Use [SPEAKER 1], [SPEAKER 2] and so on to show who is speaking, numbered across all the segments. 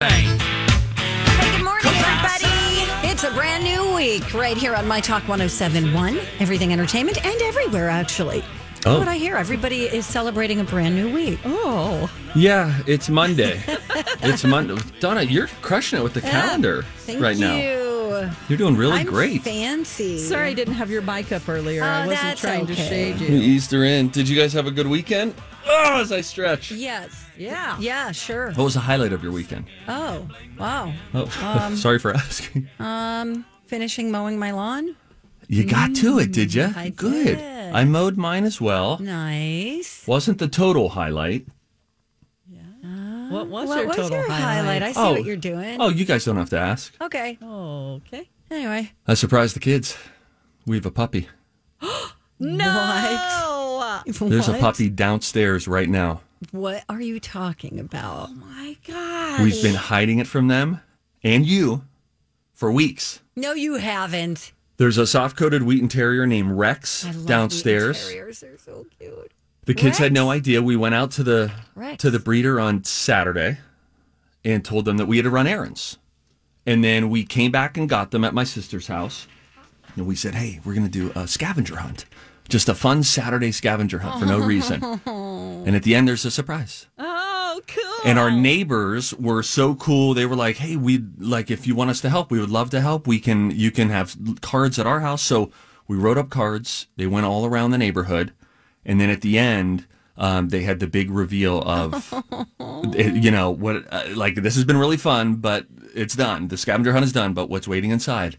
[SPEAKER 1] Hey, good morning, everybody. It's a brand new week right here on My Talk 1071, everything entertainment and everywhere, actually. Oh. What I hear, everybody is celebrating a brand new week. Oh,
[SPEAKER 2] Yeah, it's Monday. it's Monday. Donna, you're crushing it with the calendar
[SPEAKER 1] thank
[SPEAKER 2] right
[SPEAKER 1] you.
[SPEAKER 2] now. You're doing really
[SPEAKER 1] I'm
[SPEAKER 2] great.
[SPEAKER 1] Fancy.
[SPEAKER 3] Sorry uh, I didn't have your mic up earlier.
[SPEAKER 1] Oh,
[SPEAKER 3] I wasn't
[SPEAKER 1] that's
[SPEAKER 3] trying to
[SPEAKER 1] okay.
[SPEAKER 3] shade
[SPEAKER 2] We
[SPEAKER 3] you.
[SPEAKER 2] eased her in. Did you guys have a good weekend? Oh, as I stretch.
[SPEAKER 1] Yes.
[SPEAKER 3] Yeah.
[SPEAKER 1] Yeah, sure.
[SPEAKER 2] What was the highlight of your weekend?
[SPEAKER 1] Oh, wow.
[SPEAKER 2] Oh, sorry for asking.
[SPEAKER 1] Um, finishing mowing my lawn.
[SPEAKER 2] You got to it, did you?
[SPEAKER 1] Mm, I
[SPEAKER 2] good.
[SPEAKER 1] did.
[SPEAKER 2] I mowed mine as well.
[SPEAKER 1] Nice.
[SPEAKER 2] Wasn't the total highlight.
[SPEAKER 3] What was
[SPEAKER 1] what
[SPEAKER 3] your
[SPEAKER 1] was
[SPEAKER 3] total
[SPEAKER 1] your
[SPEAKER 3] highlight?
[SPEAKER 1] highlight? I see
[SPEAKER 2] Oh.
[SPEAKER 1] what you're doing.
[SPEAKER 2] Oh, you guys don't have to ask.
[SPEAKER 1] Okay.
[SPEAKER 3] Oh, okay.
[SPEAKER 1] Anyway.
[SPEAKER 2] I surprised the kids. We have a puppy.
[SPEAKER 3] No.
[SPEAKER 1] What?
[SPEAKER 2] There's a puppy downstairs right now.
[SPEAKER 1] What are you talking about?
[SPEAKER 3] Oh My God.
[SPEAKER 2] We've been hiding it from them and you for weeks.
[SPEAKER 1] No, you haven't.
[SPEAKER 2] The's a soft coated Wheaton Terrier named Rex
[SPEAKER 1] I love
[SPEAKER 2] downstairs.
[SPEAKER 1] Wheaten Terriers. They're so cute.
[SPEAKER 2] The kids had
[SPEAKER 1] Rex.
[SPEAKER 2] no idea. We went out to the
[SPEAKER 1] Rex.
[SPEAKER 2] to the breeder on Saturday and told them that we had to run errands. And then we came back and got them at my sister's house. And we said, "Hey, we're going to do a scavenger hunt. Just a fun Saturday scavenger hunt for no reason." and at the end there's a surprise.
[SPEAKER 3] Oh, cool.
[SPEAKER 2] And our neighbors were so cool. They were like, "Hey, we would like if you want us to help, we would love to help. We can you can have cards at our house." So we wrote up cards. They went all around the neighborhood, and then at the end, um, they had the big reveal of, eh, you know, what uh, like this has been really fun, but it's done. The scavenger hunt is done, but what's waiting inside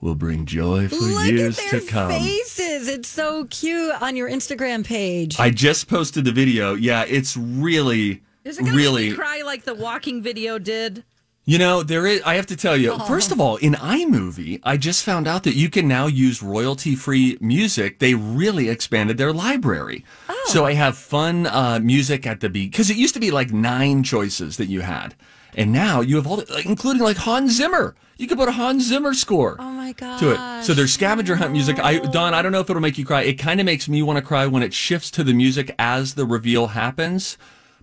[SPEAKER 2] will bring joy for
[SPEAKER 1] Look
[SPEAKER 2] years
[SPEAKER 1] at
[SPEAKER 2] to
[SPEAKER 1] their
[SPEAKER 2] come.
[SPEAKER 1] faces. It's so cute on your Instagram page.
[SPEAKER 2] I just posted the video. Yeah, it's really,
[SPEAKER 3] Is it gonna
[SPEAKER 2] really
[SPEAKER 3] make me cry like the walking video did?
[SPEAKER 2] You know, there is, I have to tell you, first of all, in iMovie, I just found out that you can now use royalty free music. They really expanded their library. So I have fun uh, music at the beat because it used to be like nine choices that you had. And now you have all, the, like, including like Hans Zimmer. You could put a Hans Zimmer score
[SPEAKER 1] oh my god.
[SPEAKER 2] to it. So there's scavenger hunt music. I Don, I don't know if it'll make you cry. It kind of makes me want to cry when it shifts to the music as the reveal happens.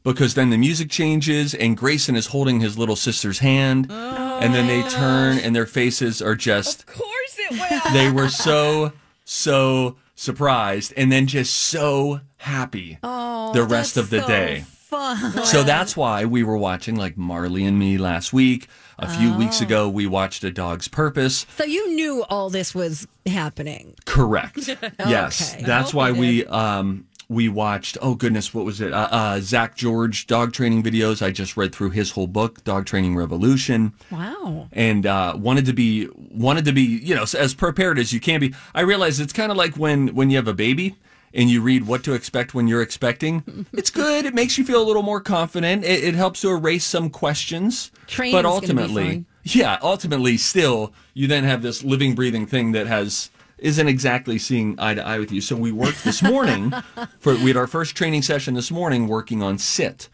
[SPEAKER 2] Because then the music changes and Grayson is holding his little sister's hand. and then they turn and their faces are just
[SPEAKER 3] Oh Of course it will.
[SPEAKER 2] they were so, so surprised and then just so happy
[SPEAKER 3] Oh,
[SPEAKER 2] the rest of the
[SPEAKER 1] so
[SPEAKER 2] day.
[SPEAKER 1] Fun.
[SPEAKER 2] So that's why we were watching like Marley and Me last week. A few
[SPEAKER 3] Oh.
[SPEAKER 2] weeks ago, we watched A Dog's Purpose.
[SPEAKER 1] So you knew all this was happening.
[SPEAKER 2] Correct. yes,
[SPEAKER 1] Okay.
[SPEAKER 2] that's why we um we watched. Oh goodness, what was it? Uh, uh, Zach George dog training videos. I just read through his whole book, Dog Training Revolution,
[SPEAKER 1] Wow.
[SPEAKER 2] and uh, wanted to be wanted to be you know as prepared as you can be. I realize it's kind of like when when you have a baby. And you read what to expect when you're expecting. It's good. It makes you feel a little more confident. It, it helps to erase some questions.
[SPEAKER 1] Training's
[SPEAKER 2] but
[SPEAKER 1] gonna be
[SPEAKER 2] ultimately,
[SPEAKER 1] fun.
[SPEAKER 2] yeah, ultimately, still, you then have this living, breathing thing that has isn't exactly seeing eye to eye with you. So we worked this morning. for we had our first training session this morning, working on sit,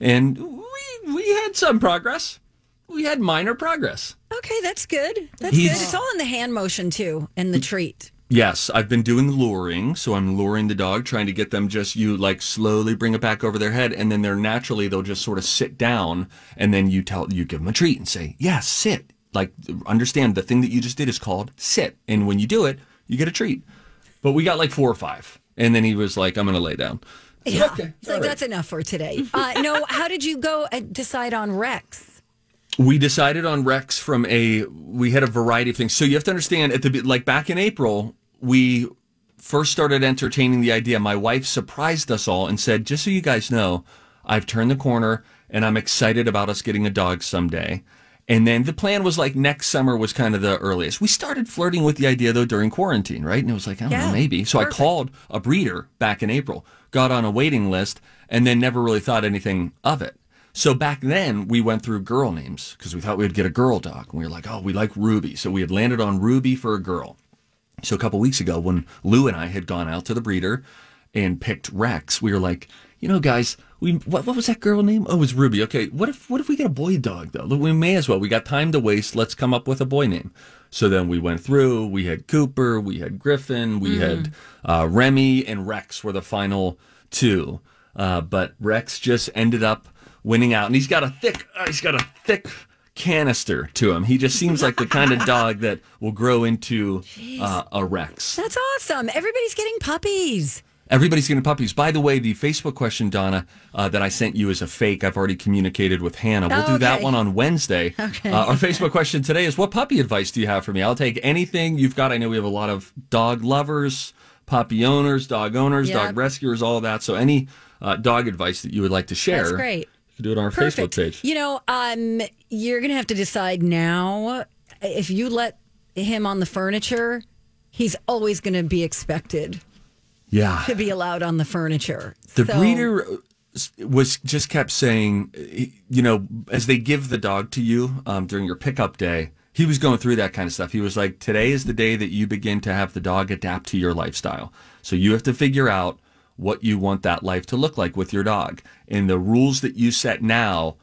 [SPEAKER 2] and we we had some progress. We had minor progress.
[SPEAKER 1] Okay, that's good. That's
[SPEAKER 2] He's-
[SPEAKER 1] good. It's all in the hand motion too, and the treat.
[SPEAKER 2] Yes, I've been doing luring, so I'm luring the dog, trying to get them just you like slowly bring it back over their head, and then they're naturally they'll just sort of sit down, and then you tell you give them a treat and say yes, sit. Like understand the thing that you just did is called sit, and when you do it, you get a treat. But we got like four or five, and then he was like, "I'm gonna lay down." I said,
[SPEAKER 1] Yeah.
[SPEAKER 2] Okay,
[SPEAKER 1] So
[SPEAKER 2] all right."
[SPEAKER 1] that's enough for today. Uh, no, how did you go and decide on uh, Rex?
[SPEAKER 2] we decided on Rex from a we had a variety of things. So you have to understand at the be- like back in April, we first started entertaining the idea. My wife surprised us all and said, "Just so you guys know, I've turned the corner and I'm excited about us getting a dog someday." And then the plan was like next summer was kind of the earliest. We started flirting with the idea though during quarantine, right? And it was like, I don't know, maybe. So I called a breeder back in April, got on a waiting list, and then never really thought anything of it. So back then, we went through girl names because we thought we'd get a girl dog. And we were like, oh, we like Ruby. So we had landed on Ruby for a girl. So a couple weeks ago, when Lou and I had gone out to the breeder and picked Rex, we were like, you know, guys, we what, what was that girl name? Oh, it was Ruby. Okay, what if what if we get a boy dog though? We may as well. We got time to waste. Let's come up with a boy name. So then we went through. We had Cooper. We had Griffin. We had uh, Remy and Rex were the final two. Uh, but Rex just ended up winning out, and he's got a thick. Uh, he's got a thick canister to him. He just seems like the kind of dog that will grow into uh, a Rex.
[SPEAKER 1] That's awesome. Everybody's getting puppies.
[SPEAKER 2] Everybody's getting puppies. By the way, the Facebook question, Donna, uh, that I sent you is a fake. I've already communicated with Hannah. We'll
[SPEAKER 1] Oh,
[SPEAKER 2] do that
[SPEAKER 1] okay.
[SPEAKER 2] one on Wednesday. Okay. Uh, our Facebook question today is what puppy advice do you have for me? I'll take anything you've got. I know we have a lot of dog lovers, puppy owners, dog owners, dog
[SPEAKER 1] Yep.
[SPEAKER 2] rescuers, all that. So any uh, dog advice that you would like to share,
[SPEAKER 1] That's great.
[SPEAKER 2] you can do it on our
[SPEAKER 1] Perfect.
[SPEAKER 2] Facebook page.
[SPEAKER 1] You know, um, you're going to have to decide now if you let him on the furniture, he's always going to be expected
[SPEAKER 2] Yeah.
[SPEAKER 1] to be allowed on the furniture.
[SPEAKER 2] The
[SPEAKER 1] So-
[SPEAKER 2] breeder was just kept saying, you know, as they give the dog to you um, during your pickup day, he was going through that kind of stuff. He was like, today is the day that you begin to have the dog adapt to your lifestyle. So you have to figure out what you want that life to look like with your dog. And the rules that you set now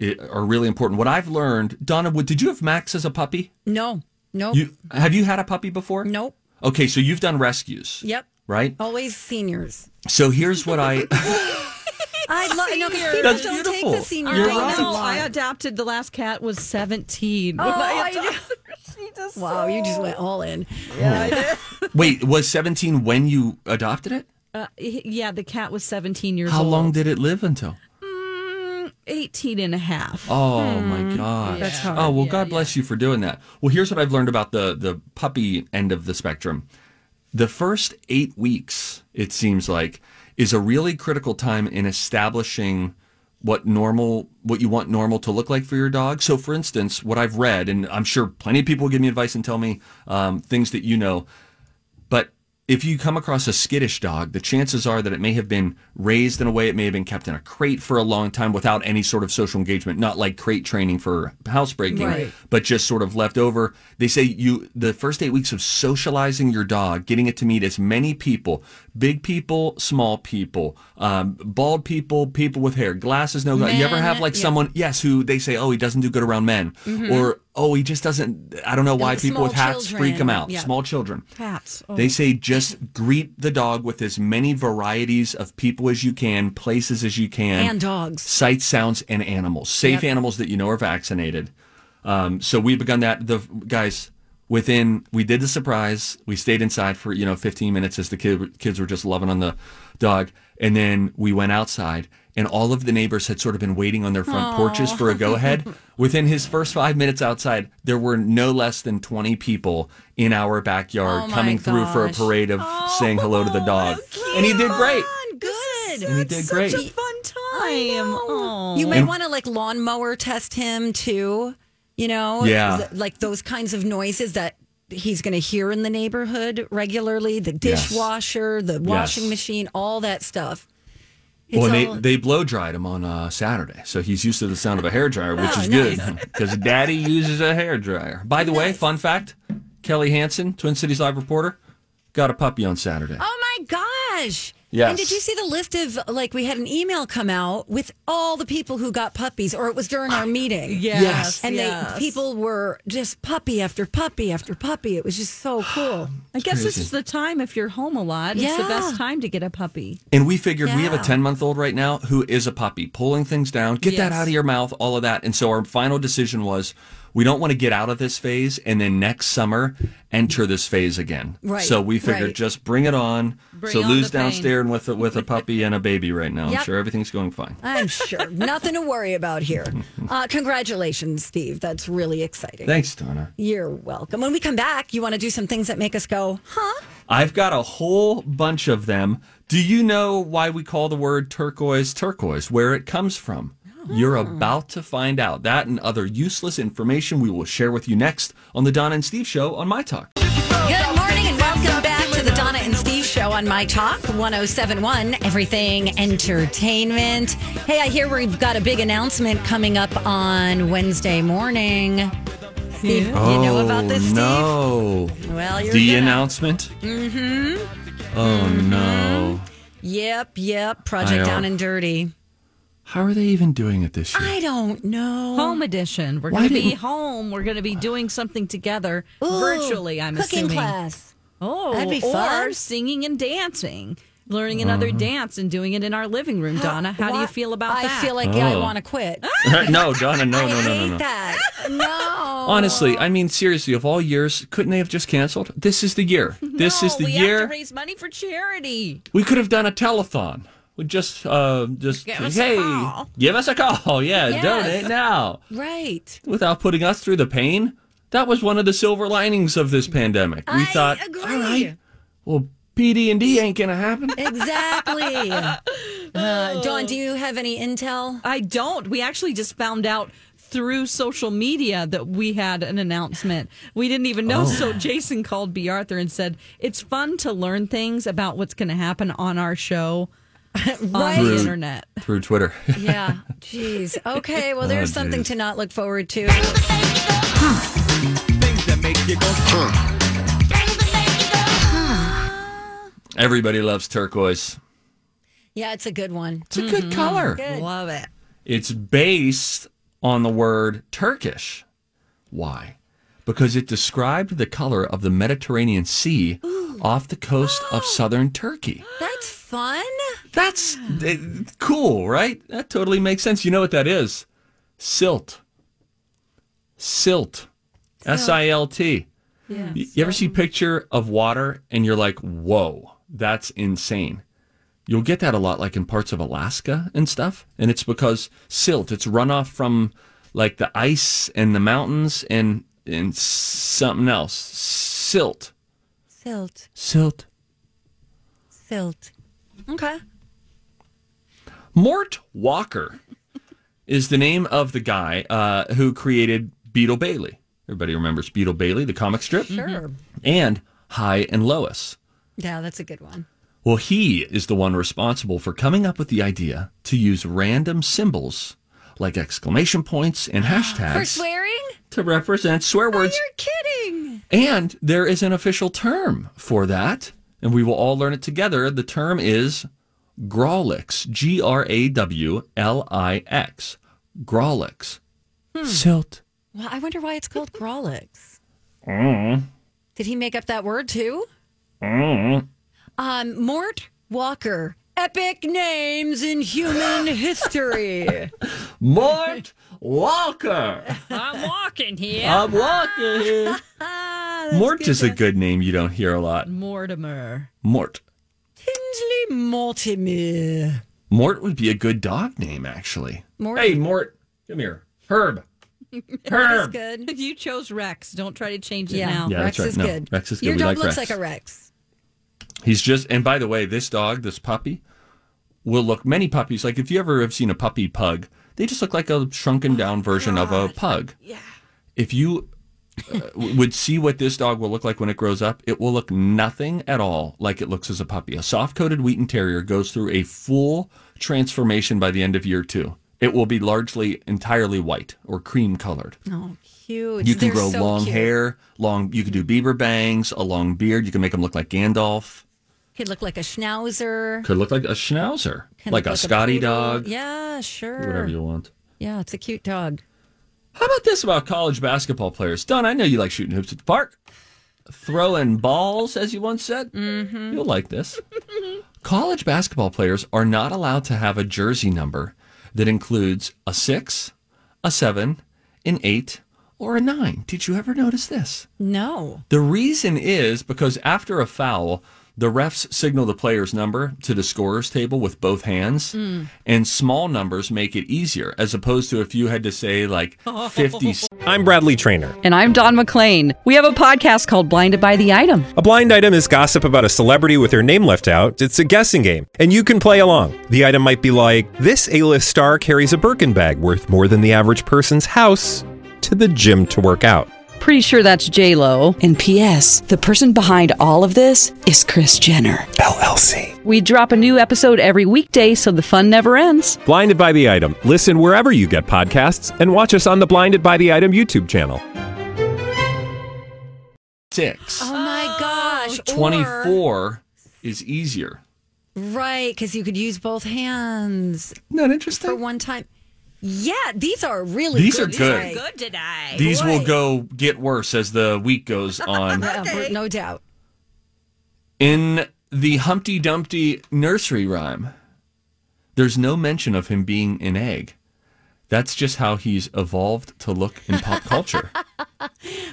[SPEAKER 2] i- are really important. What I've learned, Donna, would- did you have Max as a puppy?
[SPEAKER 1] No, no,
[SPEAKER 2] You have you had a puppy before?
[SPEAKER 1] Oh. nope. Oh.
[SPEAKER 2] Okay, so you've done rescues.
[SPEAKER 1] Yep.
[SPEAKER 2] Right?
[SPEAKER 1] Always seniors.
[SPEAKER 2] So here's what I
[SPEAKER 1] I love no because people
[SPEAKER 2] That's
[SPEAKER 1] don't
[SPEAKER 2] beautiful.
[SPEAKER 1] take the senior
[SPEAKER 2] You're
[SPEAKER 3] I
[SPEAKER 2] right.
[SPEAKER 1] dogs a
[SPEAKER 3] know. I
[SPEAKER 1] lot.
[SPEAKER 3] adopted the last cat was 17.
[SPEAKER 1] Oh,
[SPEAKER 3] when
[SPEAKER 1] I
[SPEAKER 3] adopted
[SPEAKER 1] know.
[SPEAKER 3] her. she just
[SPEAKER 1] Wow, you just went all in.
[SPEAKER 2] Wait, was 17 when you adopted it?
[SPEAKER 3] Uh, h- yeah, the cat was 17 years
[SPEAKER 2] How
[SPEAKER 3] old.
[SPEAKER 2] long did it live until?
[SPEAKER 3] 18 and a half.
[SPEAKER 2] Oh my gosh. That's hard. Oh, well, God bless you for doing that. Well, here's what I've learned about the, the puppy end of the spectrum. The first eight weeks, it seems like, is a really critical time in establishing what normal, what you want normal to look like for your dog. So, for instance, what I've read, and I'm sure plenty of people will give me advice and tell me um, things that you know, But if you come across a skittish dog, the chances are that it may have been raised in a way it may have been kept in a crate for a long time without any sort of social engagement, not like crate training for housebreaking,
[SPEAKER 1] Right.
[SPEAKER 2] but just sort of left over. They say you the first 8 weeks of socializing your dog, getting it to meet as many people, big people, small people, um, bald people, people with hair, glasses, no glasses. You ever have like someone yes who they say, "Oh, he doesn't do good around men." Or, "Oh, he just doesn't I don't know
[SPEAKER 1] Mm-hmm.
[SPEAKER 2] why
[SPEAKER 1] Like
[SPEAKER 2] people
[SPEAKER 1] small
[SPEAKER 2] with hats freak him
[SPEAKER 1] children,
[SPEAKER 2] out."
[SPEAKER 1] yeah.
[SPEAKER 2] Small children.
[SPEAKER 3] Cats. Oh.
[SPEAKER 2] They say just greet the dog with as many varieties of people as you can, places as you can,
[SPEAKER 1] And dogs.
[SPEAKER 2] sights, sounds, and animals. Safe animals that you know are vaccinated. Um, so we've begun that. The guys within we did the surprise. We stayed inside for you know 15 minutes as the kid, kids were just loving on the dog, and then we went outside. And all of the neighbors had sort of been waiting on their front porches for a go ahead. Within his first five minutes outside, there were no less than 20 people in our backyard
[SPEAKER 1] Oh, my
[SPEAKER 2] coming through for a
[SPEAKER 1] gosh.
[SPEAKER 2] parade of saying hello to the dog. And he did great.
[SPEAKER 1] Fun, good.
[SPEAKER 2] And he did great.
[SPEAKER 3] Such a fun time. Oh.
[SPEAKER 1] You might
[SPEAKER 2] And-
[SPEAKER 1] want to like lawnmower test him too. You know,
[SPEAKER 2] Yeah.
[SPEAKER 1] th- like those kinds of noises that he's going to hear in the neighborhood regularly. The dishwasher, the washing
[SPEAKER 2] Yes.
[SPEAKER 1] machine, all that stuff. It's
[SPEAKER 2] Well, and
[SPEAKER 1] all-
[SPEAKER 2] they, they blow dried him on uh, Saturday, so he's used to the sound of a hair dryer, which
[SPEAKER 1] Oh,
[SPEAKER 2] is
[SPEAKER 1] nice.
[SPEAKER 2] good because Daddy uses a hair dryer. By the way, fun fact: Kelly Hansen, Twin Cities Live reporter, got a puppy on Saturday.
[SPEAKER 1] Oh my gosh.
[SPEAKER 2] Yes.
[SPEAKER 1] And did you see the list of like we had an email come out with all the people who got puppies or it was during our meeting.
[SPEAKER 3] Yes.
[SPEAKER 2] Yes.
[SPEAKER 1] And
[SPEAKER 3] yes.
[SPEAKER 1] they people were just puppy after puppy after puppy. It was just so cool.
[SPEAKER 3] I guess
[SPEAKER 2] crazy.
[SPEAKER 3] it's the time if you're home a lot. It's the
[SPEAKER 1] Yeah.
[SPEAKER 3] best time to get a puppy.
[SPEAKER 2] And we figured we have a
[SPEAKER 1] Yeah.
[SPEAKER 2] 10 month old right now who is a puppy, pulling things down, get that
[SPEAKER 3] Yes.
[SPEAKER 2] out of your mouth, all of that. And so our final decision was we don't want to get out of this phase and then next summer enter this phase again.
[SPEAKER 1] Right,
[SPEAKER 2] So we figured
[SPEAKER 1] right.
[SPEAKER 2] just bring it on.
[SPEAKER 3] Bring
[SPEAKER 2] so
[SPEAKER 3] on
[SPEAKER 2] Lou's
[SPEAKER 3] the pain.
[SPEAKER 2] downstairs and with a, with a puppy and a baby right now. I'm
[SPEAKER 1] Yep.
[SPEAKER 2] sure everything's going fine.
[SPEAKER 1] I'm sure. Nothing to worry about here. Uh, congratulations, Steve. That's really exciting.
[SPEAKER 2] Thanks, Donna.
[SPEAKER 1] You're welcome. When we come back, you want to do some things that make us go, huh?
[SPEAKER 2] I've got a whole bunch of them. Do you know why we call the word turquoise turquoise? Where it comes from? You're
[SPEAKER 1] Ah.
[SPEAKER 2] about to find out. That and other useless information we will share with you next on the Donna and Steve Show on My Talk.
[SPEAKER 1] Good morning and welcome back to the Donna and Steve show on My Talk 1071, Everything Entertainment. Hey, I hear we've got a big announcement coming up on Wednesday morning. Steve, you know about this, Steve?
[SPEAKER 2] Oh, no.
[SPEAKER 1] Well, you're
[SPEAKER 2] The
[SPEAKER 1] gonna-
[SPEAKER 2] announcement? Mm-hmm.
[SPEAKER 1] Mm-hmm.
[SPEAKER 2] Oh, no.
[SPEAKER 1] Yep, yep.
[SPEAKER 2] I
[SPEAKER 1] Project
[SPEAKER 2] know.
[SPEAKER 1] Down and Dirty.
[SPEAKER 2] How are they even doing it this year?
[SPEAKER 1] I don't know.
[SPEAKER 3] Home edition. We're
[SPEAKER 2] Why
[SPEAKER 3] going to be
[SPEAKER 2] didn't-
[SPEAKER 3] home. We're going to be doing something together
[SPEAKER 1] Ooh,
[SPEAKER 3] virtually. I'm
[SPEAKER 1] cooking
[SPEAKER 3] assuming.
[SPEAKER 1] class.
[SPEAKER 3] Oh,
[SPEAKER 1] That'd be
[SPEAKER 3] or
[SPEAKER 1] fun.
[SPEAKER 3] singing and dancing, learning another
[SPEAKER 2] Uh-huh.
[SPEAKER 3] dance and doing it in our living room. Donna, how do you
[SPEAKER 1] Why-
[SPEAKER 3] feel about
[SPEAKER 1] I
[SPEAKER 3] that?
[SPEAKER 1] feel like yeah, I
[SPEAKER 2] Oh.
[SPEAKER 1] want to quit.
[SPEAKER 2] no, Donna, no,
[SPEAKER 1] I
[SPEAKER 2] no, no,
[SPEAKER 1] hate
[SPEAKER 2] no, no.
[SPEAKER 1] that. No.
[SPEAKER 2] Honestly, I mean, seriously, of all years, couldn't they have just canceled? This is the year. This
[SPEAKER 3] No,
[SPEAKER 1] Oh,
[SPEAKER 2] is the
[SPEAKER 3] we
[SPEAKER 2] year.
[SPEAKER 3] have to raise money for charity.
[SPEAKER 2] We could have done a telethon. We just, uh, just
[SPEAKER 3] Give us a
[SPEAKER 2] hey,
[SPEAKER 3] call.
[SPEAKER 2] give us a call. Yeah,
[SPEAKER 3] Yes.
[SPEAKER 2] donate now
[SPEAKER 1] Right.
[SPEAKER 2] without putting us through the pain. That was one of the silver linings of this pandemic. We
[SPEAKER 1] I
[SPEAKER 2] thought,
[SPEAKER 1] agree.
[SPEAKER 2] all right, well, PD and D ain't gonna happen.
[SPEAKER 1] Exactly. uh, Dawn, do you have any intel?
[SPEAKER 3] I don't. We actually just found out through social media that we had an announcement. We didn't even know. So Jason called B. Arthur and said, It's fun to learn things about what's going to happen on our show on the
[SPEAKER 2] Through-
[SPEAKER 3] internet.
[SPEAKER 2] Through Twitter.
[SPEAKER 1] Yeah. Jeez. Okay. Well, there's
[SPEAKER 2] Oh,
[SPEAKER 1] something
[SPEAKER 2] geez.
[SPEAKER 1] to not look forward to.
[SPEAKER 2] Everybody loves turquoise.
[SPEAKER 1] Yeah, it's a good one.
[SPEAKER 2] It's a
[SPEAKER 3] Mm-hmm.
[SPEAKER 2] good color.
[SPEAKER 3] Love it.
[SPEAKER 2] It's based on the word Turkish. Why? Because it described the color of the Mediterranean Sea off the coast
[SPEAKER 3] Oh.
[SPEAKER 2] of southern Turkey.
[SPEAKER 1] That's fun.
[SPEAKER 2] That's eh, cool, right? That totally makes sense. You know what that is? Silt. Silt. S I L T. You you ever see a picture of water and you're like, whoa, that's insane? You'll get that a lot, like in parts of Alaska and stuff. And it's because silt, it's runoff from like the ice and the mountains and, and something else. Silt.
[SPEAKER 1] Silt.
[SPEAKER 2] Silt.
[SPEAKER 1] Silt. Okay.
[SPEAKER 2] Mort Walker is the name of the guy uh, who created Beetle Bailey. Everybody remembers Beetle Bailey, the comic strip,
[SPEAKER 1] Sure.
[SPEAKER 2] and High and Lois.
[SPEAKER 1] Yeah, that's a good one.
[SPEAKER 2] Well, he is the one responsible for coming up with the idea to use random symbols like exclamation points and
[SPEAKER 1] For
[SPEAKER 2] hashtags
[SPEAKER 1] swearing?
[SPEAKER 2] to represent swear words.
[SPEAKER 1] You're kidding.
[SPEAKER 2] And there is an official term for that, and we will all learn it together. The term is Grawlix, G R A W L I X. Grawlix. Silt.
[SPEAKER 1] Well, I wonder why it's called Grolix.
[SPEAKER 2] Mm-hmm.
[SPEAKER 1] Did he make up that word too?
[SPEAKER 2] Mm-hmm.
[SPEAKER 1] Um, Mort Walker. Epic names in human history.
[SPEAKER 2] Mort Walker.
[SPEAKER 3] I'm walking here.
[SPEAKER 2] I'm walking here. Mort is a good name you don't hear a lot.
[SPEAKER 3] Mortimer.
[SPEAKER 2] Mort.
[SPEAKER 1] Tinsley Mortimer.
[SPEAKER 2] Mort would be a good dog name, actually.
[SPEAKER 1] Mort-
[SPEAKER 2] Hey, Mort, come here. Herb. Herb.
[SPEAKER 1] Good.
[SPEAKER 3] You chose Rex. Don't try to change it
[SPEAKER 1] Yeah.
[SPEAKER 3] now.
[SPEAKER 2] Yeah,
[SPEAKER 1] Rex
[SPEAKER 2] that's right.
[SPEAKER 1] is
[SPEAKER 2] No,
[SPEAKER 1] good.
[SPEAKER 2] Rex is good.
[SPEAKER 1] Your
[SPEAKER 2] We
[SPEAKER 1] dog
[SPEAKER 2] like
[SPEAKER 1] looks
[SPEAKER 2] Rex.
[SPEAKER 1] like a Rex.
[SPEAKER 2] He's just, and by the way, this dog, this puppy, will look many puppies. Like if you ever have seen a puppy pug, they just look like a shrunken
[SPEAKER 1] Oh,
[SPEAKER 2] down version of a pug. Yeah. If you uh, w- would see what this dog will look like when it grows up, it will look nothing at all like it looks as a puppy. A soft coated Wheaten Terrier goes through a full transformation by the end of year two. It will be largely entirely white or cream colored.
[SPEAKER 1] Oh, cute.
[SPEAKER 2] You can
[SPEAKER 1] They're
[SPEAKER 2] grow
[SPEAKER 1] so
[SPEAKER 2] long
[SPEAKER 1] cute.
[SPEAKER 2] hair, long. You can do beaver bangs, a long beard. You can make them look like Gandalf.
[SPEAKER 1] Could look like a schnauzer.
[SPEAKER 2] Could look like a schnauzer,
[SPEAKER 1] Can
[SPEAKER 2] like
[SPEAKER 1] look
[SPEAKER 2] a Scotty
[SPEAKER 1] poodle.
[SPEAKER 2] dog,
[SPEAKER 1] Yeah, sure.
[SPEAKER 2] whatever you want.
[SPEAKER 1] Yeah, it's a cute dog.
[SPEAKER 2] How about this about college basketball players? Don, I know you like shooting hoops at the park, throwing balls, as you once said. Mm-hmm. You'll like this. college basketball players are not allowed to have a jersey number that includes a six, a seven, an eight, or a nine. Did you ever notice this?
[SPEAKER 3] No.
[SPEAKER 2] The reason is because after a foul, the refs signal the player's number to the scorer's table with both hands, and small numbers make it easier as opposed to if you had to say like 50.
[SPEAKER 4] I'm Bradley Trainer.
[SPEAKER 3] And I'm Don McClain. We have a podcast called Blinded by the Item.
[SPEAKER 4] A blind item is gossip about a celebrity with their name left out. It's a guessing game, and you can play along. The item might be like this: A-list star carries a Birkin bag worth more than the average person's house to the gym to work out.
[SPEAKER 3] Pretty sure that's J Lo.
[SPEAKER 5] And P.S. The person behind all of this is Chris Jenner.
[SPEAKER 4] LLC.
[SPEAKER 3] We drop a new episode every weekday, so the fun never ends.
[SPEAKER 4] Blinded by the item. Listen wherever you get podcasts, and watch us on the Blinded by the Item YouTube channel.
[SPEAKER 2] Six.
[SPEAKER 1] Oh my gosh.
[SPEAKER 2] 24 is easier.
[SPEAKER 1] Right, because you could use both hands
[SPEAKER 2] Not
[SPEAKER 1] for
[SPEAKER 2] interesting.
[SPEAKER 1] one time. Yeah, these are really
[SPEAKER 2] These are
[SPEAKER 1] good.
[SPEAKER 2] good.
[SPEAKER 1] today.
[SPEAKER 6] Good today.
[SPEAKER 2] These will go get worse as the week goes on.
[SPEAKER 1] Yeah, but no doubt.
[SPEAKER 2] In the Humpty Dumpty nursery rhyme, there's no mention of him being an egg. That's just how he's evolved to look in pop culture.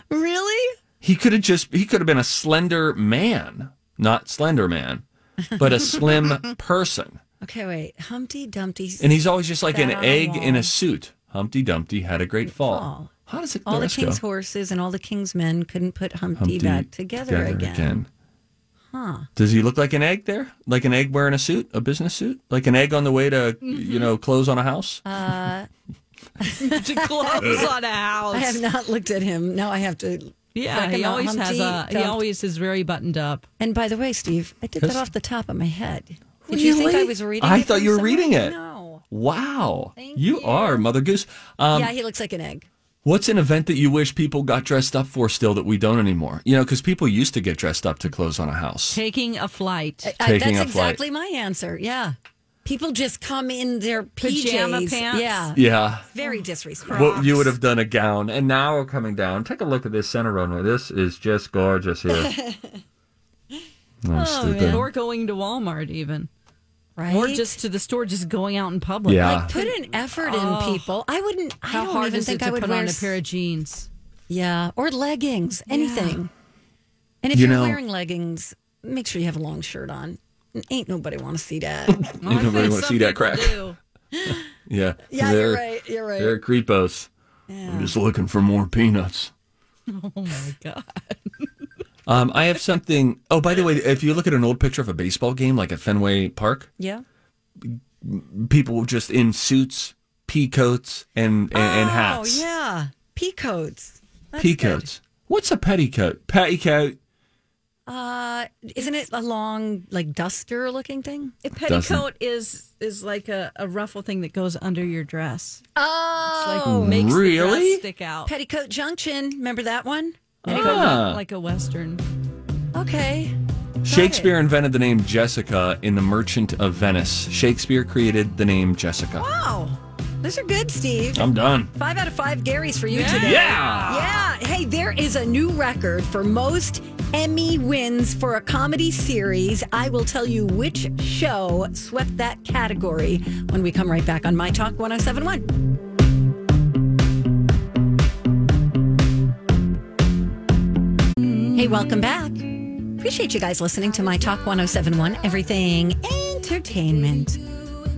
[SPEAKER 1] Really?
[SPEAKER 2] He could have just he could have been a slender man, not slender man, but a slim person.
[SPEAKER 1] Okay, wait. Humpty Dumpty.
[SPEAKER 2] And he's always just like an
[SPEAKER 1] Sat on a
[SPEAKER 2] egg in
[SPEAKER 1] wall.
[SPEAKER 2] a suit. Humpty Dumpty had a great fall.
[SPEAKER 1] fall.
[SPEAKER 2] How does it
[SPEAKER 1] all the
[SPEAKER 2] let's go.
[SPEAKER 1] king's horses and all the king's men couldn't put Humpty, back together, again. Huh.
[SPEAKER 2] Does he look like an egg there? Like an egg wearing a suit, a business suit? Like an egg on the way to,
[SPEAKER 1] Mm-hmm.
[SPEAKER 2] you know, close on a house?
[SPEAKER 1] Uh,
[SPEAKER 3] To close on a house.
[SPEAKER 1] I have not looked at him. Now I have to.
[SPEAKER 3] yeah,
[SPEAKER 1] check him
[SPEAKER 3] he
[SPEAKER 1] out.
[SPEAKER 3] always has
[SPEAKER 1] Humpty
[SPEAKER 3] a. He
[SPEAKER 1] Dumpty.
[SPEAKER 3] always is very buttoned up.
[SPEAKER 1] And by the way, Steve, I did
[SPEAKER 2] Yes.
[SPEAKER 1] that off the top of my head. Did you think I
[SPEAKER 2] Really?
[SPEAKER 1] was reading?
[SPEAKER 2] I
[SPEAKER 1] it
[SPEAKER 2] thought
[SPEAKER 1] from
[SPEAKER 2] you were reading
[SPEAKER 1] somewhere?
[SPEAKER 2] it.
[SPEAKER 1] No.
[SPEAKER 2] Wow.
[SPEAKER 1] Thank
[SPEAKER 2] you,
[SPEAKER 1] you.
[SPEAKER 2] are Mother Goose. Um,
[SPEAKER 1] yeah, he looks like an egg.
[SPEAKER 2] What's an event that you wish people got dressed up for still that we don't anymore? You know, because people used to get dressed up to close on a house.
[SPEAKER 3] Taking a flight.
[SPEAKER 1] I, that's
[SPEAKER 2] taking a flight.
[SPEAKER 1] exactly my answer. Yeah. People just come in their PJs.
[SPEAKER 3] Pajama pants?
[SPEAKER 1] Yeah.
[SPEAKER 2] Yeah.
[SPEAKER 1] Very disrespectful.
[SPEAKER 2] What you would have done a gown. And now we're coming down. Take a look at this center runway. This is just gorgeous here.
[SPEAKER 1] Oh,
[SPEAKER 2] That's the thing.
[SPEAKER 3] Or going to Walmart even.
[SPEAKER 1] right?
[SPEAKER 3] Or just to the store, just going out in public.
[SPEAKER 2] Yeah.
[SPEAKER 3] Like,
[SPEAKER 1] put an effort in, people. I wouldn't. I
[SPEAKER 3] Oh. how
[SPEAKER 1] don't
[SPEAKER 3] hard
[SPEAKER 1] even
[SPEAKER 3] is
[SPEAKER 1] think
[SPEAKER 3] it
[SPEAKER 1] I
[SPEAKER 3] to
[SPEAKER 1] would
[SPEAKER 3] put
[SPEAKER 1] wear
[SPEAKER 3] on a
[SPEAKER 1] s-
[SPEAKER 3] pair of jeans?
[SPEAKER 1] Yeah, or leggings, anything. And if
[SPEAKER 2] You
[SPEAKER 1] you are
[SPEAKER 2] know-
[SPEAKER 1] wearing leggings, make sure you have a long shirt on. Ain't nobody want to see that.
[SPEAKER 3] Well, I
[SPEAKER 2] don't really
[SPEAKER 3] think
[SPEAKER 2] wanna
[SPEAKER 3] some
[SPEAKER 2] see
[SPEAKER 3] people
[SPEAKER 2] that crack.
[SPEAKER 3] do.
[SPEAKER 2] Yeah.
[SPEAKER 1] yeah, you're
[SPEAKER 2] They're-
[SPEAKER 1] right. You're right.
[SPEAKER 2] They're creepos. I'm just looking for more peanuts.
[SPEAKER 3] Oh my god.
[SPEAKER 2] Um, I have something. Oh, by the way, if you look at an old picture of a baseball game, like at Fenway Park,
[SPEAKER 1] yeah.
[SPEAKER 2] people just in suits, pea coats, and and, and hats.
[SPEAKER 1] Oh yeah, peacoats. That's
[SPEAKER 2] pea
[SPEAKER 1] good.
[SPEAKER 2] coats. What's a petticoat? Petticoat.
[SPEAKER 1] Uh, isn't it a long like duster looking thing?
[SPEAKER 3] A petticoat is is like a, a ruffle thing that goes under your dress. Like
[SPEAKER 1] Oh,
[SPEAKER 3] makes the
[SPEAKER 2] really?
[SPEAKER 3] dress stick out.
[SPEAKER 1] petticoat junction. Remember that one?
[SPEAKER 3] Like, a,
[SPEAKER 2] Ah.
[SPEAKER 3] like a western.
[SPEAKER 1] Okay.
[SPEAKER 2] Shakespeare invented the name Jessica in The Merchant of Venice. Shakespeare created the name Jessica.
[SPEAKER 1] Wow, Oh, those are good, Steve.
[SPEAKER 2] I'm done.
[SPEAKER 1] Five out of five Garys for you today.
[SPEAKER 2] Yeah.
[SPEAKER 1] Yeah. Hey, there is a new record for most Emmy wins for a comedy series. I will tell you which show swept that category when we come right back on My Talk 1071. Hey, welcome back. Appreciate you guys listening to My Talk 1071 Everything Entertainment.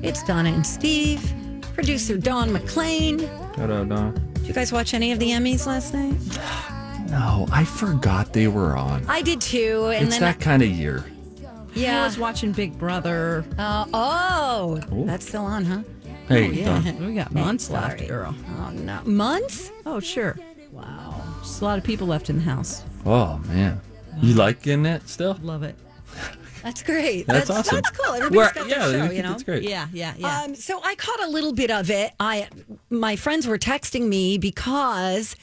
[SPEAKER 1] It's Donna and Steve, producer Don McClain. Did you guys watch any of the Emmys last night?
[SPEAKER 2] No, I forgot they were on.
[SPEAKER 1] I did too. And
[SPEAKER 2] it's
[SPEAKER 1] then,
[SPEAKER 2] that kind of year.
[SPEAKER 3] I
[SPEAKER 1] yeah.
[SPEAKER 3] was watching Big Brother.
[SPEAKER 1] Uh, oh, that's still on, huh? Oh,
[SPEAKER 2] Hey, Don.
[SPEAKER 3] We got months left,
[SPEAKER 1] sorry.
[SPEAKER 3] girl.
[SPEAKER 1] Oh, no. Months?
[SPEAKER 3] Oh sure. Wow. Just a lot of people left in the house.
[SPEAKER 2] Oh man, you liking it still?
[SPEAKER 3] Love it.
[SPEAKER 1] That's great.
[SPEAKER 2] That's awesome.
[SPEAKER 1] That's cool.
[SPEAKER 2] Where-
[SPEAKER 1] Everybody's got their
[SPEAKER 2] I
[SPEAKER 1] show,
[SPEAKER 2] think
[SPEAKER 1] you know?
[SPEAKER 2] it's great.
[SPEAKER 3] Yeah, yeah, yeah.
[SPEAKER 1] Um, so I caught a little bit of it. I my friends were texting me because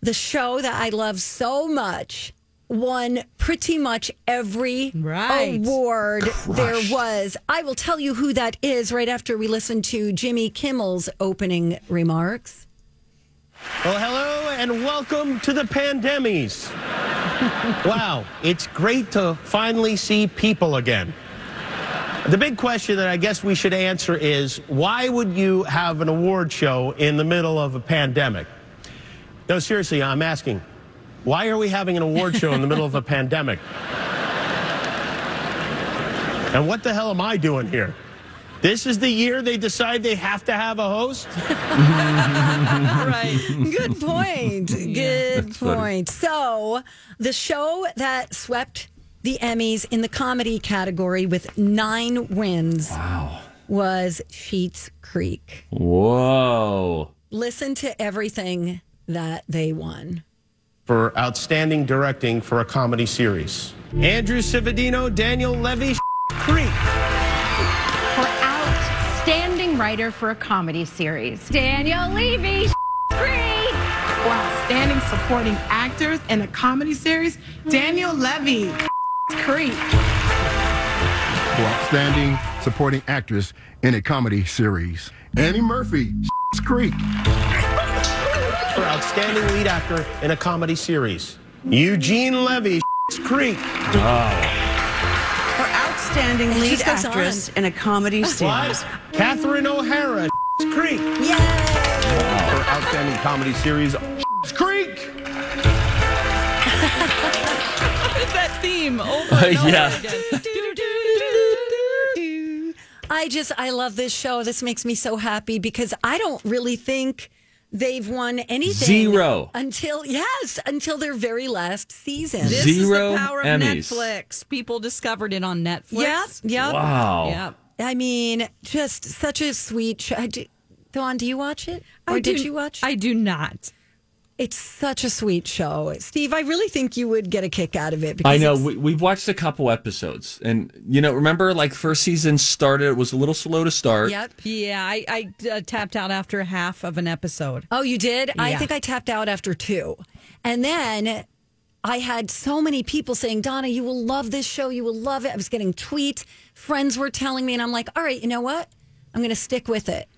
[SPEAKER 1] the show that I love so much won pretty much every
[SPEAKER 3] Right.
[SPEAKER 1] award there was. I will tell you who that is right after we listen to Jimmy Kimmel's opening remarks.
[SPEAKER 7] Well, hello and welcome to the pandemies. wow, it's great to finally see people again. The big question that I guess we should answer is why would you have an award show in the middle of a pandemic? No, seriously, I'm asking. Why are we having an award show in the middle of a pandemic? And what the hell am I doing here? This is the year they decide they have to have a host?
[SPEAKER 3] right.
[SPEAKER 1] Good point. Good point. So, the show that swept the Emmys in the comedy category with nine wins was Sheets Creek.
[SPEAKER 2] Whoa.
[SPEAKER 1] Listen to everything that they won.
[SPEAKER 7] for outstanding directing for a comedy series. Andrew Civadino, Daniel Levy, Creek.
[SPEAKER 6] for outstanding writer for a comedy series. Daniel Levy, Creek.
[SPEAKER 8] For outstanding supporting actors in a comedy series, Daniel Levy, Creek.
[SPEAKER 9] for outstanding supporting actress in a comedy series. Annie Murphy, Creek.
[SPEAKER 7] For outstanding lead actor in a comedy series. Eugene Levy, Creek.
[SPEAKER 8] For outstanding
[SPEAKER 1] It
[SPEAKER 8] lead
[SPEAKER 1] just goes
[SPEAKER 8] actress in a comedy series,
[SPEAKER 7] What? Catherine O'Hara, Creek.
[SPEAKER 1] Yay!
[SPEAKER 7] For outstanding comedy series, Creek.
[SPEAKER 3] That theme Oh, over and over
[SPEAKER 2] yeah.
[SPEAKER 3] again.
[SPEAKER 1] I just, I love this show. This makes me so happy because I don't really think they've won anything.
[SPEAKER 2] Zero.
[SPEAKER 1] Until, yes, until their very last season.
[SPEAKER 3] This
[SPEAKER 2] Zero
[SPEAKER 3] is the power of
[SPEAKER 2] Emmys.
[SPEAKER 3] Netflix. People discovered it on
[SPEAKER 1] Yep,
[SPEAKER 3] Netflix.
[SPEAKER 1] yep.
[SPEAKER 2] Wow.
[SPEAKER 3] Yep.
[SPEAKER 1] I mean, just such a sweet show. I do- Dawn, do you watch it? Or
[SPEAKER 3] I
[SPEAKER 1] did
[SPEAKER 3] do-
[SPEAKER 1] you watch?
[SPEAKER 3] I do not.
[SPEAKER 1] it's such a sweet show, Steve. I really think you would get a kick out of it. Because
[SPEAKER 2] I know
[SPEAKER 1] it's-
[SPEAKER 2] we, we've watched a couple episodes, and you know, remember like first season started. It was a little slow to start.
[SPEAKER 1] Yep.
[SPEAKER 3] Yeah, I, I uh, tapped out after half of an episode.
[SPEAKER 1] Oh, you did? I
[SPEAKER 3] Yeah.
[SPEAKER 1] think I tapped out after two, and then I had so many people saying, "Donna, you will love this show. You will love it." I was getting tweets. Friends were telling me, and I'm like, "All right, you know what? I'm going to stick with it."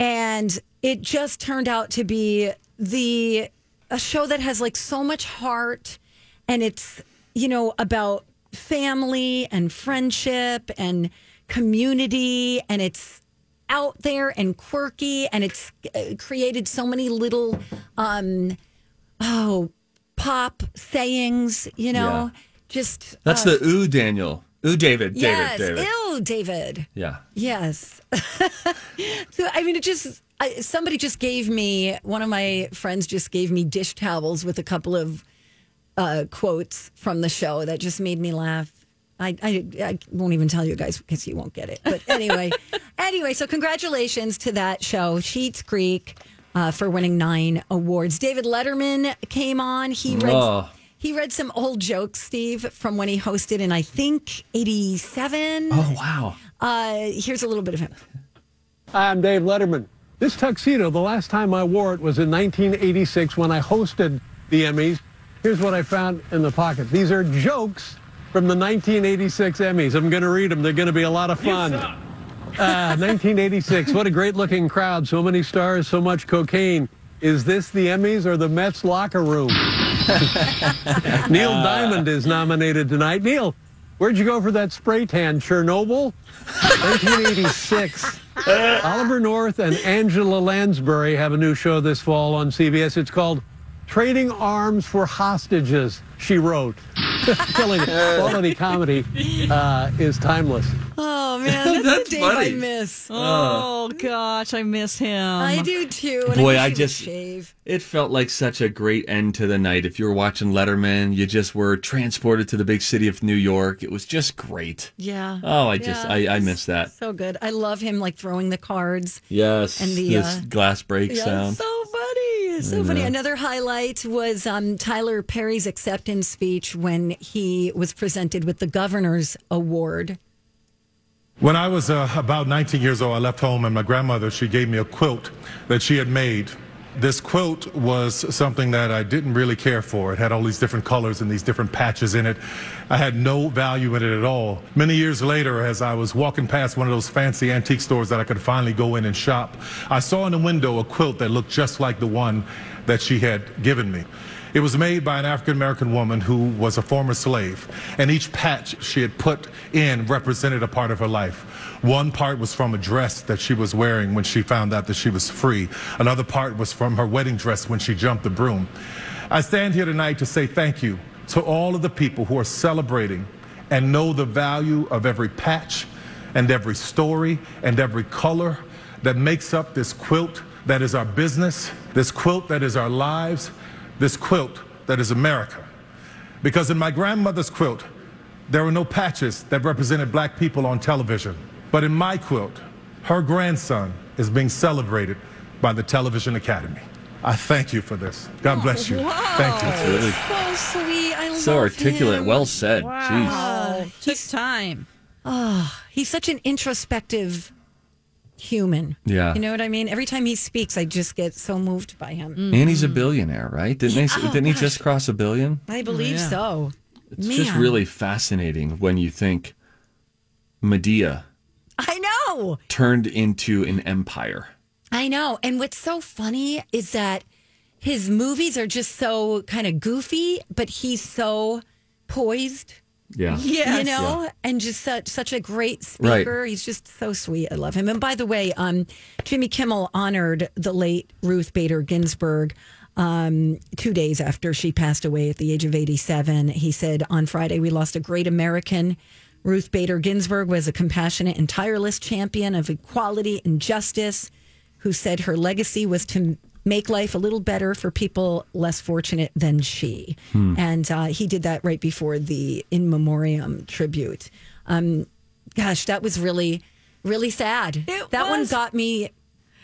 [SPEAKER 1] And it just turned out to be the a show that has like so much heart. and it's you know about family and friendship and community and it's out there and quirky and it's uh, created so many little um oh pop sayings you know just
[SPEAKER 2] That's the ooh, Daniel. Ooh, David.
[SPEAKER 1] Uh, yes
[SPEAKER 2] David. David.
[SPEAKER 1] ew david
[SPEAKER 2] Yeah.
[SPEAKER 1] Yes. so I mean, it just I, somebody just gave me one of my friends just gave me dish towels with a couple of uh, quotes from the show that just made me laugh. I, I, I won't even tell you guys because you won't get it. But anyway, anyway, so congratulations to that show, Sheets Creek, uh, for winning nine awards. David Letterman came on. He read
[SPEAKER 2] Oh.
[SPEAKER 1] he read some old jokes, Steve, from when he hosted in I think eighty seven.
[SPEAKER 2] Oh wow.
[SPEAKER 1] Uh, here's a little bit of him.
[SPEAKER 8] Hi, I'm Dave Letterman. This tuxedo, the last time I wore it was in 1986 when I hosted the Emmys. Here's what I found in the pocket. These are jokes from the 1986 Emmys. I'm going to read them. They're going to be a lot of fun. Uh, 1986. What a great looking crowd. So many stars, so much cocaine. Is this the Emmys or the Mets locker room? Neil Diamond is nominated tonight. Neil, where'd you go for that spray tan? Chernobyl? 1986. Oliver North and Angela Lansbury have a new show this fall on CBS. It's called Trading Arms for Hostages, she wrote. Killing it. Quality comedy uh, is timeless.
[SPEAKER 1] Oh man, that's,
[SPEAKER 2] That's
[SPEAKER 1] the Dave I
[SPEAKER 2] funny.
[SPEAKER 1] miss.
[SPEAKER 3] Oh gosh, I miss him.
[SPEAKER 1] I do too. and
[SPEAKER 2] Boy,
[SPEAKER 1] wish
[SPEAKER 2] I
[SPEAKER 1] he would
[SPEAKER 2] just-
[SPEAKER 1] shave.
[SPEAKER 2] It felt like such a great end to the night. If you were watching Letterman, you just were transported to the big city of New York. It was just great.
[SPEAKER 1] Yeah.
[SPEAKER 2] Oh, I just
[SPEAKER 1] Yeah,
[SPEAKER 2] I, I miss that.
[SPEAKER 1] So good. I love him like throwing the cards.
[SPEAKER 2] Yes.
[SPEAKER 1] And the,
[SPEAKER 2] this
[SPEAKER 1] uh, Oh,
[SPEAKER 2] glass break
[SPEAKER 1] Yeah,
[SPEAKER 2] sound.
[SPEAKER 1] so funny. So funny. Another highlight was um, Tyler Perry's acceptance speech when he was presented with the governor's award.
[SPEAKER 8] When I was uh, about 19 years old, I left home and my grandmother, she gave me a quilt that she had made. This quilt was something that I didn't really care for. It had all these different colors and these different patches in it. I had no value in it at all. Many years later, as I was walking past one of those fancy antique stores that I could finally go in and shop, I saw in the window a quilt that looked just like the one
[SPEAKER 10] that she had given me. It was made by an African American woman who was a former slave, and each patch she had put in represented a part of her life. One part was from a dress that she was wearing when she found out that she was free, another part was from her wedding dress when she jumped the broom. I stand here tonight to say thank you to all of the people who are celebrating and know the value of every patch and every story and every color that makes up this quilt that is our business, this quilt that is our lives, this quilt that is America. Because in my grandmother's quilt, there were no patches that represented black people on television. But in my quilt, her grandson is being celebrated by the Television Academy. I thank you for this. God bless you. Thank you.
[SPEAKER 2] Really
[SPEAKER 1] So sweet. I love
[SPEAKER 2] so articulate.
[SPEAKER 1] him.
[SPEAKER 2] Well said. Jeez.
[SPEAKER 1] Wow.
[SPEAKER 3] Took time.
[SPEAKER 1] Oh, he's such an introspective human.
[SPEAKER 2] Yeah.
[SPEAKER 1] You know what I mean? Every time he speaks, I just get so moved by him.
[SPEAKER 2] And he's a billionaire, right? Didn't they?
[SPEAKER 1] Yeah. Mm. Oh,
[SPEAKER 2] didn't he
[SPEAKER 1] gosh.
[SPEAKER 2] just cross a billion?
[SPEAKER 1] I believe
[SPEAKER 3] Yeah.
[SPEAKER 1] so.
[SPEAKER 2] It's just really fascinating when you think Medea
[SPEAKER 1] I know.
[SPEAKER 2] turned into an empire.
[SPEAKER 1] I know. And what's so funny is that his movies are just so kind of goofy, but he's so poised,
[SPEAKER 2] Yeah.
[SPEAKER 3] Yes.
[SPEAKER 1] you know, and just such such a great speaker. He's just so sweet. I love him. And by the way, um, Jimmy Kimmel honored the late Ruth Bader Ginsburg um, two days after she passed away at the age of 87. He said, On Friday, we lost a great American. Ruth Bader Ginsburg was a compassionate and tireless champion of equality and justice who said her legacy was to make life a little better for people less fortunate than she. And uh, he did that right before the in memoriam tribute. Um, gosh, that was really, really sad.
[SPEAKER 3] It
[SPEAKER 1] that one
[SPEAKER 3] was.
[SPEAKER 1] got me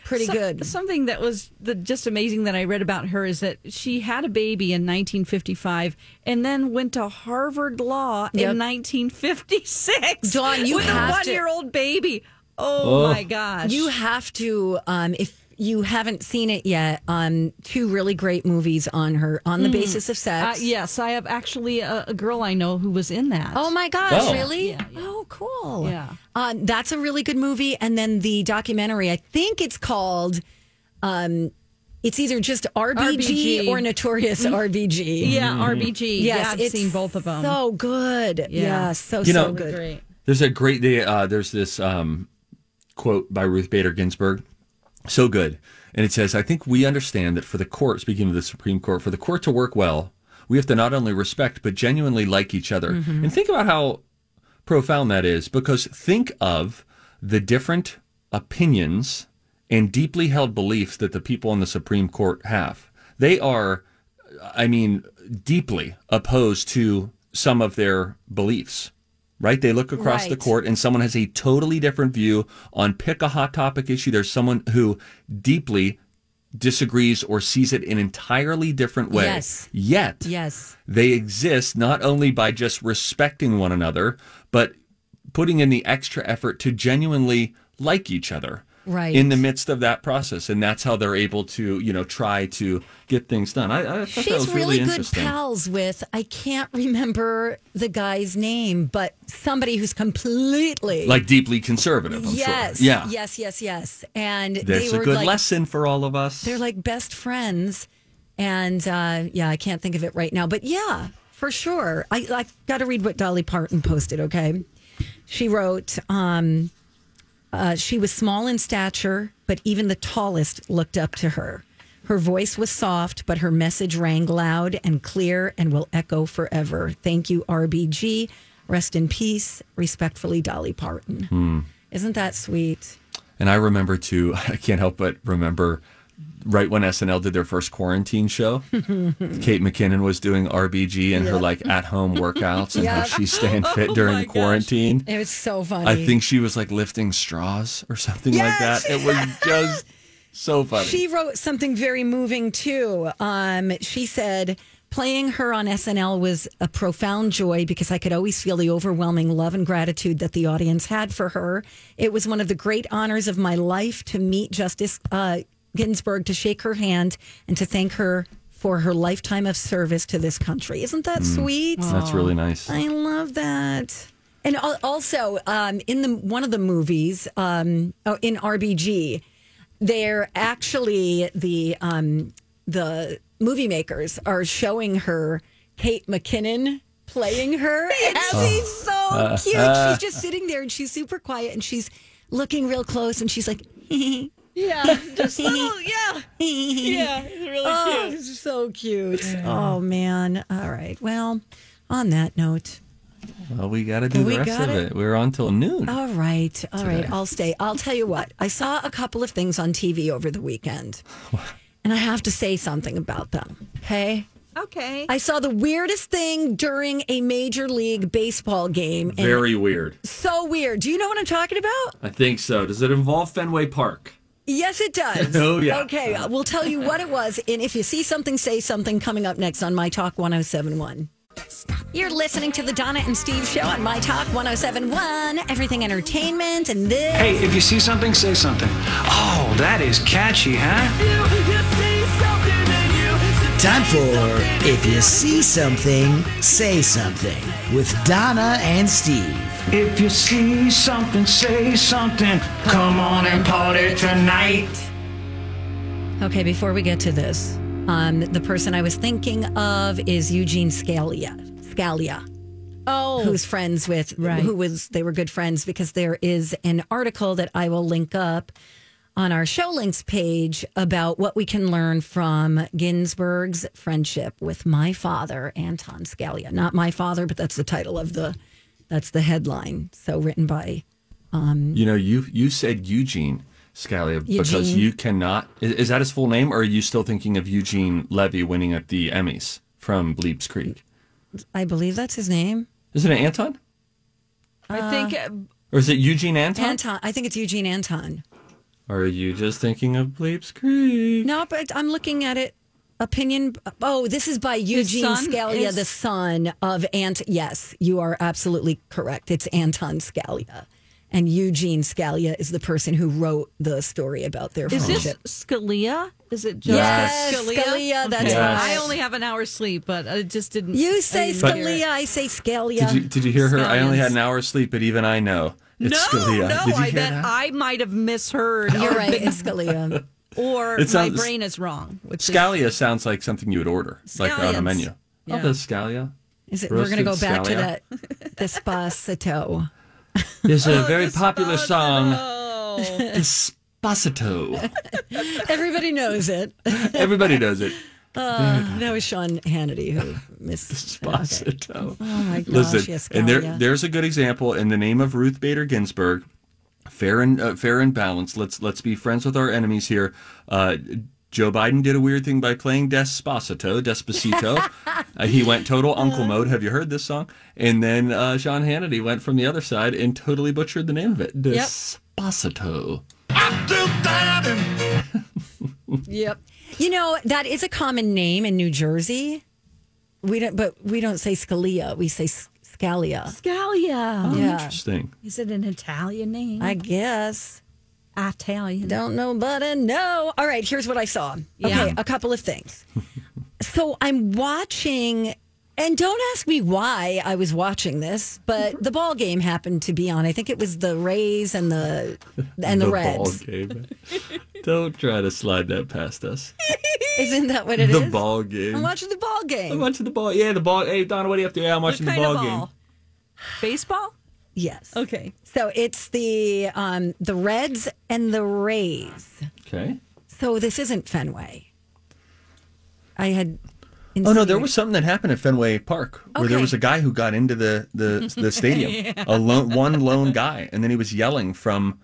[SPEAKER 1] pretty
[SPEAKER 3] Some-
[SPEAKER 1] good.
[SPEAKER 3] Something that was the, just amazing that I read about her is that she had a baby in 1955 and then went to Harvard Law
[SPEAKER 1] Yep.
[SPEAKER 3] in 1956.
[SPEAKER 1] Dawn, you
[SPEAKER 3] with a
[SPEAKER 1] have to-
[SPEAKER 3] one-year-old baby. Oh,
[SPEAKER 2] Oh.
[SPEAKER 3] my gosh! Uh,
[SPEAKER 1] You have to, um, if you haven't seen it yet, um, two really great movies on her on the basis of
[SPEAKER 3] uh,
[SPEAKER 1] sex.
[SPEAKER 3] yes, I have actually a, a girl I know who was in that.
[SPEAKER 1] Oh my gosh,
[SPEAKER 2] Wow.
[SPEAKER 1] really? Oh, cool.
[SPEAKER 3] Yeah.
[SPEAKER 1] Um, that's a really good movie. And then the documentary, I think it's called, um, it's either just RBG,
[SPEAKER 3] RBG.
[SPEAKER 1] or Notorious RBG.
[SPEAKER 3] Mm-hmm. Yeah,
[SPEAKER 2] Mm-hmm.
[SPEAKER 3] RBG. yeah, I've
[SPEAKER 1] it's
[SPEAKER 3] seen both of them.
[SPEAKER 1] So good. Yeah,
[SPEAKER 3] Yeah.
[SPEAKER 1] so,
[SPEAKER 2] You
[SPEAKER 1] so
[SPEAKER 2] know-
[SPEAKER 1] good.
[SPEAKER 3] great.
[SPEAKER 2] There's a great day. Uh, there's this um, quote by Ruth Bader Ginsburg. So good. And it says, I think we understand that for the court, speaking of the Supreme Court, for the court to work well, we have to not only respect, but genuinely like each other. And think about how profound that is because think of the different opinions and deeply held beliefs that the people on the Supreme Court have. They are, I mean, deeply opposed to some of their beliefs, right? They look across the
[SPEAKER 1] Right.
[SPEAKER 2] court and someone has a totally different view on pick a hot topic issue. There's someone who deeply disagrees or sees it an entirely different way.
[SPEAKER 1] Yes.
[SPEAKER 2] Yet,
[SPEAKER 1] Yes.
[SPEAKER 2] they exist not only by just respecting one another, but putting in the extra effort to genuinely like each other.
[SPEAKER 1] Right.
[SPEAKER 2] In the midst of that process. And that's how they're able to, you know, try to get things done. I, I thought that was
[SPEAKER 1] She's
[SPEAKER 2] really,
[SPEAKER 1] really, good
[SPEAKER 2] interesting.
[SPEAKER 1] pals with, I can't remember the guy's name, but somebody who's completely.
[SPEAKER 2] Like deeply conservative, I'm
[SPEAKER 1] yes.
[SPEAKER 2] sure. Yeah.
[SPEAKER 1] Yes, yes, yes. And
[SPEAKER 2] There's
[SPEAKER 1] they
[SPEAKER 2] a
[SPEAKER 1] were
[SPEAKER 2] good
[SPEAKER 1] like,
[SPEAKER 2] lesson for all of us.
[SPEAKER 1] they're like best friends and uh, yeah i can't think of it right now but yeah for sure i, I got to read what dolly parton posted okay she wrote um, uh, she was small in stature but even the tallest looked up to her her voice was soft but her message rang loud and clear and will echo forever thank you rbg rest in peace respectfully dolly parton isn't that sweet
[SPEAKER 2] And I remember too, I can't help but remember right when SNL did their first quarantine show, Kate McKinnon was doing RBG and her like at home workouts and how she's staying fit during
[SPEAKER 3] my gosh.
[SPEAKER 2] quarantine.
[SPEAKER 1] Oh it was so funny
[SPEAKER 2] I think she was like lifting straws or something
[SPEAKER 1] Yes!
[SPEAKER 2] like that. It was just so funny.
[SPEAKER 1] She wrote something very moving too. Um, she said, Playing her on SNL was a profound joy because I could always feel the overwhelming love and gratitude that the audience had for her. It was one of the great honors of my life to meet Justice uh, Ginsburg, to shake her hand, and to thank her for her lifetime of service to this country. Isn't that sweet?
[SPEAKER 2] That's really nice.
[SPEAKER 1] I love that. And al- also, um, in the one of the movies, um, oh, in RBG, they're actually the um, the movie makers are showing her Kate McKinnon playing her, and she's so
[SPEAKER 3] Uh-huh.
[SPEAKER 11] Oh.
[SPEAKER 1] cute.
[SPEAKER 11] Uh,
[SPEAKER 1] she's just sitting there, and she's super quiet, and she's looking real close, and she's like,
[SPEAKER 3] yeah, just little- yeah,
[SPEAKER 1] yeah,
[SPEAKER 3] it's really
[SPEAKER 1] oh,
[SPEAKER 3] cute.
[SPEAKER 1] so cute. Oh man! All right. Well, on that note.
[SPEAKER 2] Well, we got to do
[SPEAKER 1] We
[SPEAKER 2] the rest
[SPEAKER 1] got
[SPEAKER 2] of
[SPEAKER 1] it. Oh,
[SPEAKER 2] it. We're on till noon.
[SPEAKER 1] All right. all right.
[SPEAKER 2] today.
[SPEAKER 1] I'll stay. I'll tell you what. I saw a couple of things on TV over the weekend. And I have to say something about them. Okay?
[SPEAKER 3] Okay.
[SPEAKER 1] I saw the weirdest thing during a major league baseball game. and
[SPEAKER 2] Very weird.
[SPEAKER 1] so weird. Do you know what I'm talking about?
[SPEAKER 2] I think so. Does it involve Fenway Park?
[SPEAKER 1] Yes, it does.
[SPEAKER 2] Oh, yeah.
[SPEAKER 1] Okay, we'll tell you what it was. And if you see something, say something coming up next on My Talk 1071. You're listening to the Donna and Steve show on My Talk 1071, Everything Entertainment, and this.
[SPEAKER 12] Hey, if you see something, say something. Oh, that is catchy, huh?
[SPEAKER 13] Time for If You See Something, Say Something with Donna and Steve.
[SPEAKER 12] If you see something, say something. Come on and party tonight.
[SPEAKER 1] Okay, before we get to this, um, the person I was thinking of is Eugene Scalia. Scalia. Oh, who's friends with who was they were good friends because there is an article that I will link up on our show links page about what we can learn from Ginsburg's friendship with my father Anton Scalia. Not my father, but that's the title of the that's the headline. So written by um,
[SPEAKER 2] You know, you you said Eugene Scalia because
[SPEAKER 1] Eugene.
[SPEAKER 2] you cannot. Is, is that his full name, or are you still thinking of Eugene Levy winning at the Emmys from Bleeps Creek?
[SPEAKER 1] I believe that's his name.
[SPEAKER 2] Is it an Anton,
[SPEAKER 3] I think uh,
[SPEAKER 2] or is it Eugene Anton,
[SPEAKER 1] Anton. I think it's Eugene Anton.
[SPEAKER 2] or are you just thinking of Bleeps Creek?
[SPEAKER 1] No, but I'm looking at it. Opinion. Oh, this is by Eugene
[SPEAKER 3] son
[SPEAKER 1] Scalia,
[SPEAKER 3] is-
[SPEAKER 1] the son of Ant. Yes, you are absolutely correct. It's Anton Scalia, and Eugene Scalia is the person who wrote the story about their
[SPEAKER 2] oh,
[SPEAKER 3] is this
[SPEAKER 1] friendship.
[SPEAKER 3] Scalia? Is it just
[SPEAKER 1] Yes,
[SPEAKER 3] Scalia?
[SPEAKER 1] Scalia, that's
[SPEAKER 2] Yes.
[SPEAKER 3] I
[SPEAKER 2] right.
[SPEAKER 3] only have an hour's sleep, but I just didn't.
[SPEAKER 1] you say
[SPEAKER 3] I didn't hear it.
[SPEAKER 1] Scalia, I say Scalia.
[SPEAKER 2] Did you did you hear her? I only had an hour's sleep, but even I know it's
[SPEAKER 3] no,
[SPEAKER 2] Scalia.
[SPEAKER 3] no,
[SPEAKER 2] did you
[SPEAKER 3] I
[SPEAKER 2] hear
[SPEAKER 3] bet
[SPEAKER 2] that?
[SPEAKER 3] I might have misheard.
[SPEAKER 1] You're
[SPEAKER 3] or
[SPEAKER 1] right,
[SPEAKER 3] been-
[SPEAKER 1] it's Scalia.
[SPEAKER 3] Or
[SPEAKER 2] It sounds-
[SPEAKER 3] my brain is wrong. Which is-
[SPEAKER 2] Scalia sounds like something you would order, like on a
[SPEAKER 3] Scallions.
[SPEAKER 2] menu.
[SPEAKER 3] Yeah.
[SPEAKER 2] Oh, the Scalia.
[SPEAKER 1] Is it, we're going to
[SPEAKER 2] Roasted
[SPEAKER 1] go back to
[SPEAKER 2] Scalia.
[SPEAKER 1] that Despacito.
[SPEAKER 2] It's
[SPEAKER 3] Oh,
[SPEAKER 2] a very popular song. Despacito.
[SPEAKER 1] Everybody knows it.
[SPEAKER 2] Everybody knows it.
[SPEAKER 1] Uh, that was Sean Hannity who missed Despacito. Oh my gosh!
[SPEAKER 2] Listen,
[SPEAKER 1] yes,
[SPEAKER 2] and there,
[SPEAKER 1] Scalia.
[SPEAKER 2] there's a good example in the name of Ruth Bader Ginsburg. Fair and uh, fair and balanced. Let's let's be friends with our enemies here. Uh, Joe Biden did a weird thing by playing Despacito. Despacito. uh, he went total uncle mode. Have you heard this song? And then uh, Sean Hannity went from the other side and totally butchered the name of it.
[SPEAKER 1] Yep.
[SPEAKER 2] Despacito.
[SPEAKER 1] Yep. You know that is a common name in New Jersey. We don't, but we don't say Scalia. We say S- Scalia.
[SPEAKER 3] Scalia.
[SPEAKER 2] Oh,
[SPEAKER 1] Yeah.
[SPEAKER 2] Interesting.
[SPEAKER 3] Is it an Italian name?
[SPEAKER 1] I guess.
[SPEAKER 3] Italian.
[SPEAKER 1] Don't nobody know. All right, here's what I saw. Okay, a couple of things. so I'm watching, and don't ask me why I was watching this, but the ball game happened to be on. I think it was the Rays and the and the,
[SPEAKER 2] ball
[SPEAKER 1] Reds.
[SPEAKER 2] game. Don't try to slide that past us.
[SPEAKER 1] Isn't that what it is?
[SPEAKER 2] the ball game.
[SPEAKER 1] I'm watching the ball
[SPEAKER 2] I'm
[SPEAKER 1] game.
[SPEAKER 2] watching the ball. Yeah, the ball. Hey, Donna, what are you up to? Yeah, I'm watching the
[SPEAKER 3] kind of
[SPEAKER 2] ball game.
[SPEAKER 3] ball? Baseball?
[SPEAKER 1] Yes.
[SPEAKER 2] Oh,
[SPEAKER 3] Okay.
[SPEAKER 1] So it's the um, the Reds and the Rays.
[SPEAKER 2] Okay.
[SPEAKER 1] So this isn't Fenway. I had.
[SPEAKER 2] Oh no, there was something that happened at Fenway Park where there
[SPEAKER 1] Okay.
[SPEAKER 2] was a guy who got into the the, the stadium,
[SPEAKER 1] Yeah.
[SPEAKER 2] a lone, one lone guy, and then he was yelling from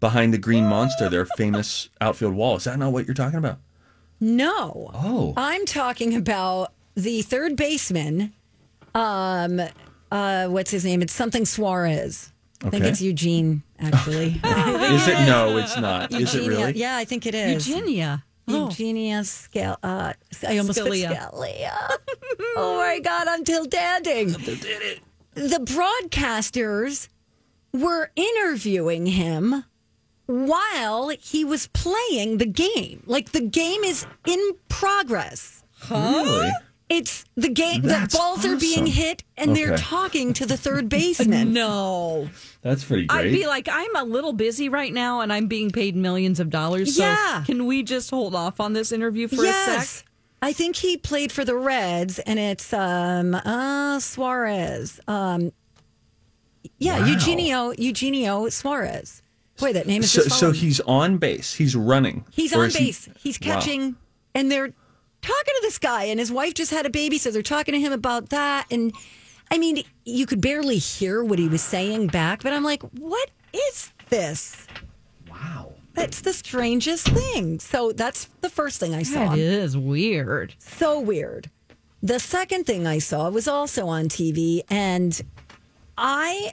[SPEAKER 2] behind the Green Monster, their famous outfield wall. Is that not what you're talking about?
[SPEAKER 1] No.
[SPEAKER 2] Oh.
[SPEAKER 1] I'm talking about the third baseman. Um, uh, what's his name? It's something Suarez. I think
[SPEAKER 2] Okay.
[SPEAKER 1] it's Eugene, actually.
[SPEAKER 2] Is it? No, it's not. Is it
[SPEAKER 1] Eugenia.
[SPEAKER 2] really?
[SPEAKER 1] Yeah, I think it is.
[SPEAKER 3] Eugenia.
[SPEAKER 1] Eugenia Scal. Uh, I almost
[SPEAKER 3] Scalia.
[SPEAKER 1] Oh. Scalia. said Scalia. oh my God, I'm tiltanding. The broadcasters were interviewing him while he was playing the game. Like the game is in progress.
[SPEAKER 2] Really?
[SPEAKER 1] It's the game.
[SPEAKER 2] That's
[SPEAKER 1] the balls are being
[SPEAKER 2] awesome.
[SPEAKER 1] hit, and they're
[SPEAKER 2] Okay.
[SPEAKER 1] talking to the third baseman.
[SPEAKER 3] no,
[SPEAKER 2] That's pretty great.
[SPEAKER 3] I'd be like, I'm a little busy right now, and I'm being paid millions of dollars. So
[SPEAKER 1] Yeah.
[SPEAKER 3] can we just hold off on this interview for a
[SPEAKER 1] yes.
[SPEAKER 3] sec?
[SPEAKER 1] I think he played for the Reds, and it's um, uh, Suarez. Um, yeah,
[SPEAKER 2] Wow.
[SPEAKER 1] Eugenio Eugenio Suarez. Boy, that name is
[SPEAKER 2] so,
[SPEAKER 1] just
[SPEAKER 2] so
[SPEAKER 1] following.
[SPEAKER 2] he's on base. He's running.
[SPEAKER 1] He's
[SPEAKER 2] Or
[SPEAKER 1] on
[SPEAKER 2] is he-
[SPEAKER 1] base. He's
[SPEAKER 2] Wow.
[SPEAKER 1] catching, and they're talking to this guy, and his wife just had a baby, so they're talking to him about that. And I mean, you could barely hear what he was saying back, but I'm like, what is this? Wow. That's the strangest thing. So that's the first thing I saw.
[SPEAKER 3] That is weird.
[SPEAKER 1] So weird. The second thing I saw was also on TV, and I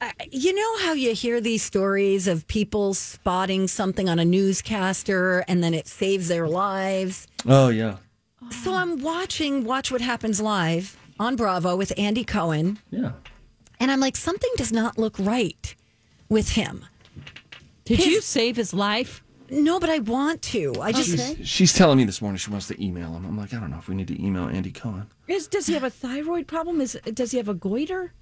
[SPEAKER 1] uh, you know how you hear these stories of people spotting something on a newscaster and then it saves their lives?
[SPEAKER 2] Oh yeah.
[SPEAKER 1] So I'm watching Watch What Happens Live on Bravo with Andy Cohen.
[SPEAKER 2] Yeah.
[SPEAKER 1] And I'm like, something does not look right with him.
[SPEAKER 3] Did you save his life?
[SPEAKER 1] No, but I want to. I just.
[SPEAKER 2] She's, she's telling me this morning she wants to email him. I'm like, I don't know if we need to email Andy Cohen.
[SPEAKER 3] Is does he have a thyroid problem? Is does he have a goiter?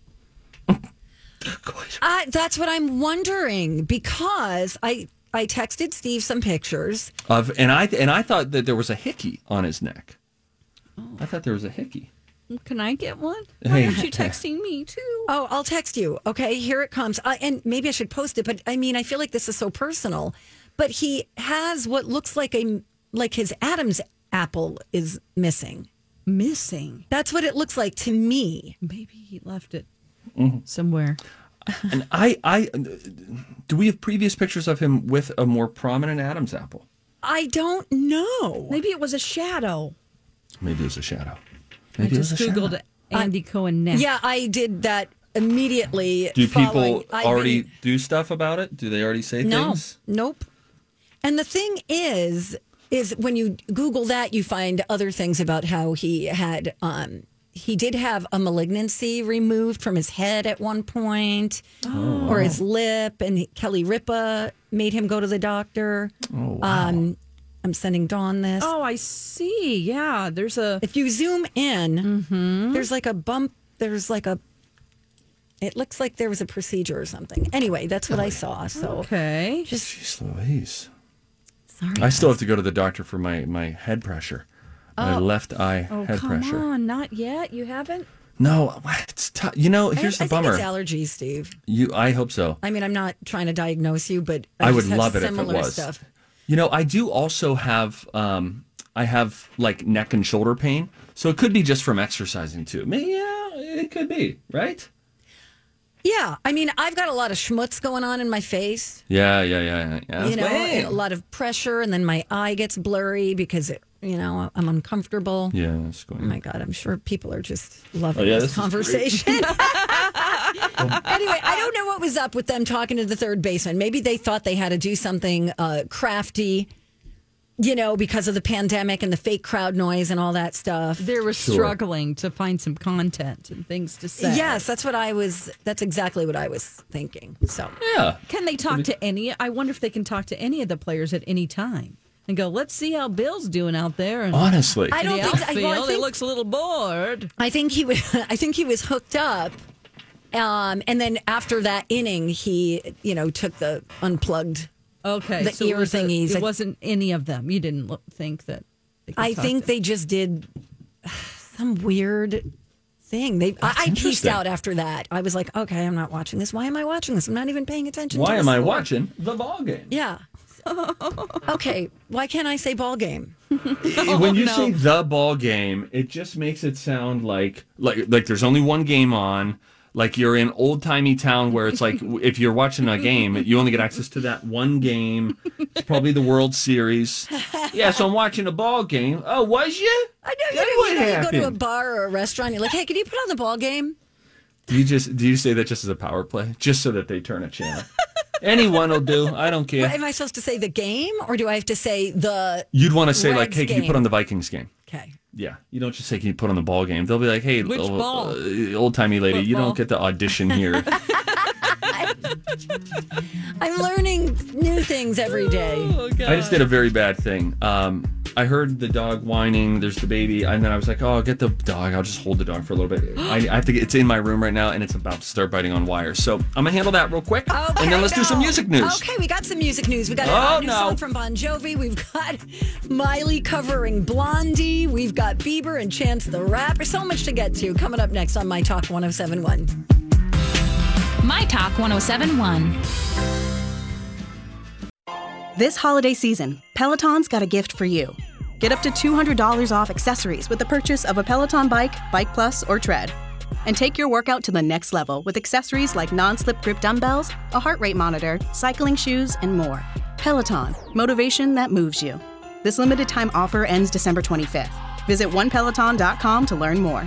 [SPEAKER 1] I, that's what I'm wondering because I I texted Steve some pictures.
[SPEAKER 2] Of and I and I thought that there was a hickey on his neck. I thought there was a hickey.
[SPEAKER 3] Can I get one? Why
[SPEAKER 2] Hey.
[SPEAKER 3] aren't you texting me too?
[SPEAKER 1] Oh, I'll text you. Okay, here it comes. Uh, and maybe I should post it, but I mean, I feel like this is so personal. But he has what looks like a like his Adam's apple is missing.
[SPEAKER 3] Missing.
[SPEAKER 1] That's what it looks like to me.
[SPEAKER 3] Maybe he left it somewhere.
[SPEAKER 2] And I I do we have previous pictures of him with a more prominent Adam's apple?
[SPEAKER 1] I don't know.
[SPEAKER 3] Maybe it was a shadow.
[SPEAKER 2] Maybe it was a shadow.
[SPEAKER 3] I
[SPEAKER 2] Maybe it was
[SPEAKER 3] just
[SPEAKER 2] a shadow.
[SPEAKER 3] googled Andy Cohen neck.
[SPEAKER 1] Yeah, I did that immediately.
[SPEAKER 2] Do
[SPEAKER 1] following-
[SPEAKER 2] people
[SPEAKER 1] I
[SPEAKER 2] already
[SPEAKER 1] mean,
[SPEAKER 2] do stuff about it? Do they already say
[SPEAKER 1] no,
[SPEAKER 2] things?
[SPEAKER 1] nope. And the thing is, is when you Google that, you find other things about how he had, um, he did have a malignancy removed from his head at one point,
[SPEAKER 2] Oh.
[SPEAKER 1] or his lip. And Kelly Ripa made him go to the doctor.
[SPEAKER 2] Oh,
[SPEAKER 1] um, I'm sending Dawn this.
[SPEAKER 3] Oh, I see. Yeah, there's a
[SPEAKER 1] If you zoom in,
[SPEAKER 3] Mm-hmm.
[SPEAKER 1] there's like a bump. There's like a. It looks like there was a procedure or something. Anyway, that's what I
[SPEAKER 2] Oh.
[SPEAKER 1] saw. So
[SPEAKER 3] okay.
[SPEAKER 1] just
[SPEAKER 2] Jeez Louise.
[SPEAKER 1] sorry.
[SPEAKER 2] I still have to go to the doctor for my, my head pressure. my
[SPEAKER 3] Oh.
[SPEAKER 2] left eye
[SPEAKER 3] Oh,
[SPEAKER 2] head
[SPEAKER 3] come
[SPEAKER 2] pressure.
[SPEAKER 3] on, not yet. You haven't.
[SPEAKER 2] No, it's tough. You know,
[SPEAKER 1] I-
[SPEAKER 2] here's
[SPEAKER 1] I
[SPEAKER 2] the
[SPEAKER 1] think
[SPEAKER 2] bummer.
[SPEAKER 1] it's allergies, Steve.
[SPEAKER 2] you, I hope so.
[SPEAKER 1] I mean, I'm not trying to diagnose you, but I,
[SPEAKER 2] I,
[SPEAKER 1] just
[SPEAKER 2] would
[SPEAKER 1] have
[SPEAKER 2] love it if it
[SPEAKER 1] similar
[SPEAKER 2] was.
[SPEAKER 1] Stuff.
[SPEAKER 2] You know, I do also have um I have like neck and shoulder pain. So it could be just from exercising too. Maybe, yeah, it could be, right?
[SPEAKER 1] Yeah, I mean, I've got a lot of schmutz going on in my face.
[SPEAKER 2] Yeah, yeah, yeah, yeah. yeah.
[SPEAKER 1] you know,
[SPEAKER 2] Hey.
[SPEAKER 1] and a lot of pressure, and then my eye gets blurry because it, you know I'm uncomfortable.
[SPEAKER 2] yeah, that's going.
[SPEAKER 1] Oh my God, I'm sure people are just loving
[SPEAKER 2] Oh, yeah,
[SPEAKER 1] this,
[SPEAKER 2] this is great.
[SPEAKER 1] conversation. anyway, I don't know what was up with them talking to the third baseman. Maybe they thought they had to do something uh, crafty, you know, because of the pandemic and the fake crowd noise and all that stuff.
[SPEAKER 3] They were struggling to find some content and things to say.
[SPEAKER 1] Yes, that's what I was. That's exactly what I was thinking. So
[SPEAKER 2] Yeah.
[SPEAKER 3] Can they talk to any? I wonder if they can talk to any of the players at any time and go, "Let's see how Bill's doing out there." And
[SPEAKER 2] Honestly.
[SPEAKER 1] I don't
[SPEAKER 3] the
[SPEAKER 1] think- I- well, I
[SPEAKER 3] outfield,
[SPEAKER 1] think-
[SPEAKER 3] he looks a little bored.
[SPEAKER 1] I think he was. I think he was hooked up. Um, and then after that inning, he, you know, took the unplugged
[SPEAKER 3] Okay,
[SPEAKER 1] The
[SPEAKER 3] it
[SPEAKER 1] ear
[SPEAKER 3] was a-
[SPEAKER 1] thingies.
[SPEAKER 3] it wasn't any of them. You didn't look, think that. they could
[SPEAKER 1] I
[SPEAKER 3] talk
[SPEAKER 1] think
[SPEAKER 3] to-
[SPEAKER 1] they just did some weird thing. They I, I peaced
[SPEAKER 2] interesting.
[SPEAKER 1] out after that. I was like, okay, I'm not watching this. Why am I watching this? I'm not even paying attention.
[SPEAKER 2] Why
[SPEAKER 1] to the
[SPEAKER 2] am I
[SPEAKER 1] score.
[SPEAKER 2] watching the ball game?
[SPEAKER 1] Yeah. okay. Why can't I say ball game?
[SPEAKER 2] when
[SPEAKER 1] Oh,
[SPEAKER 2] you say the ball game, it just makes it sound like like like there's only one game on. Like you're in old timey town where it's like if you're watching a game, you only get access to that one game. It's probably the World Series. Yeah, so I'm watching a ball game. Oh, was you?
[SPEAKER 1] I know you,
[SPEAKER 2] That
[SPEAKER 1] do, you,
[SPEAKER 2] would
[SPEAKER 1] know, you go to a
[SPEAKER 2] happen.
[SPEAKER 1] bar or a restaurant. You're like, hey, can you put on the ball game?
[SPEAKER 2] Do you just do you say that just as a power play, just so that they turn a channel? Anyone will do. I don't
[SPEAKER 1] What,
[SPEAKER 2] care.
[SPEAKER 1] am I supposed to say the game or do I have to say the?
[SPEAKER 2] You'd want to say like,
[SPEAKER 1] Reds
[SPEAKER 2] "Hey, can you
[SPEAKER 1] game.
[SPEAKER 2] put on the Vikings game?"
[SPEAKER 1] Okay.
[SPEAKER 2] Yeah, you don't just say, "Can you put on the ball game?" They'll be like, "Hey,
[SPEAKER 3] Which ball? Oh,
[SPEAKER 2] old timey lady,
[SPEAKER 3] What
[SPEAKER 2] you
[SPEAKER 3] ball?
[SPEAKER 2] don't get the audition here."
[SPEAKER 1] I'm learning new things every day.
[SPEAKER 2] I just did a very bad thing. Um, I heard the dog whining. There's the baby, and then I was like, "Oh, get the dog. I'll just hold the dog for a little bit." I, I have to. Get, it's in my room right now, and it's about to start biting on wires. So I'm gonna handle that real quick,
[SPEAKER 3] Oh
[SPEAKER 2] and then let's do some music news.
[SPEAKER 1] Okay, we got some music news. We got a
[SPEAKER 2] Oh,
[SPEAKER 1] new
[SPEAKER 2] no.
[SPEAKER 1] song from Bon Jovi. We've got Miley covering Blondie. We've got Bieber and Chance the Rapper. So much to get to coming up next on My Talk 1071.
[SPEAKER 6] My Talk 1071.
[SPEAKER 11] This holiday season, Peloton's got a gift for you. Get up to $200 off accessories with the purchase of a Peloton bike, Bike Plus, or Tread. And take your workout to the next level with accessories like non slip grip dumbbells, a heart rate monitor, cycling shoes, and more. Peloton, motivation that moves you. This limited time offer ends December 25th. Visit onepeloton.com to learn more.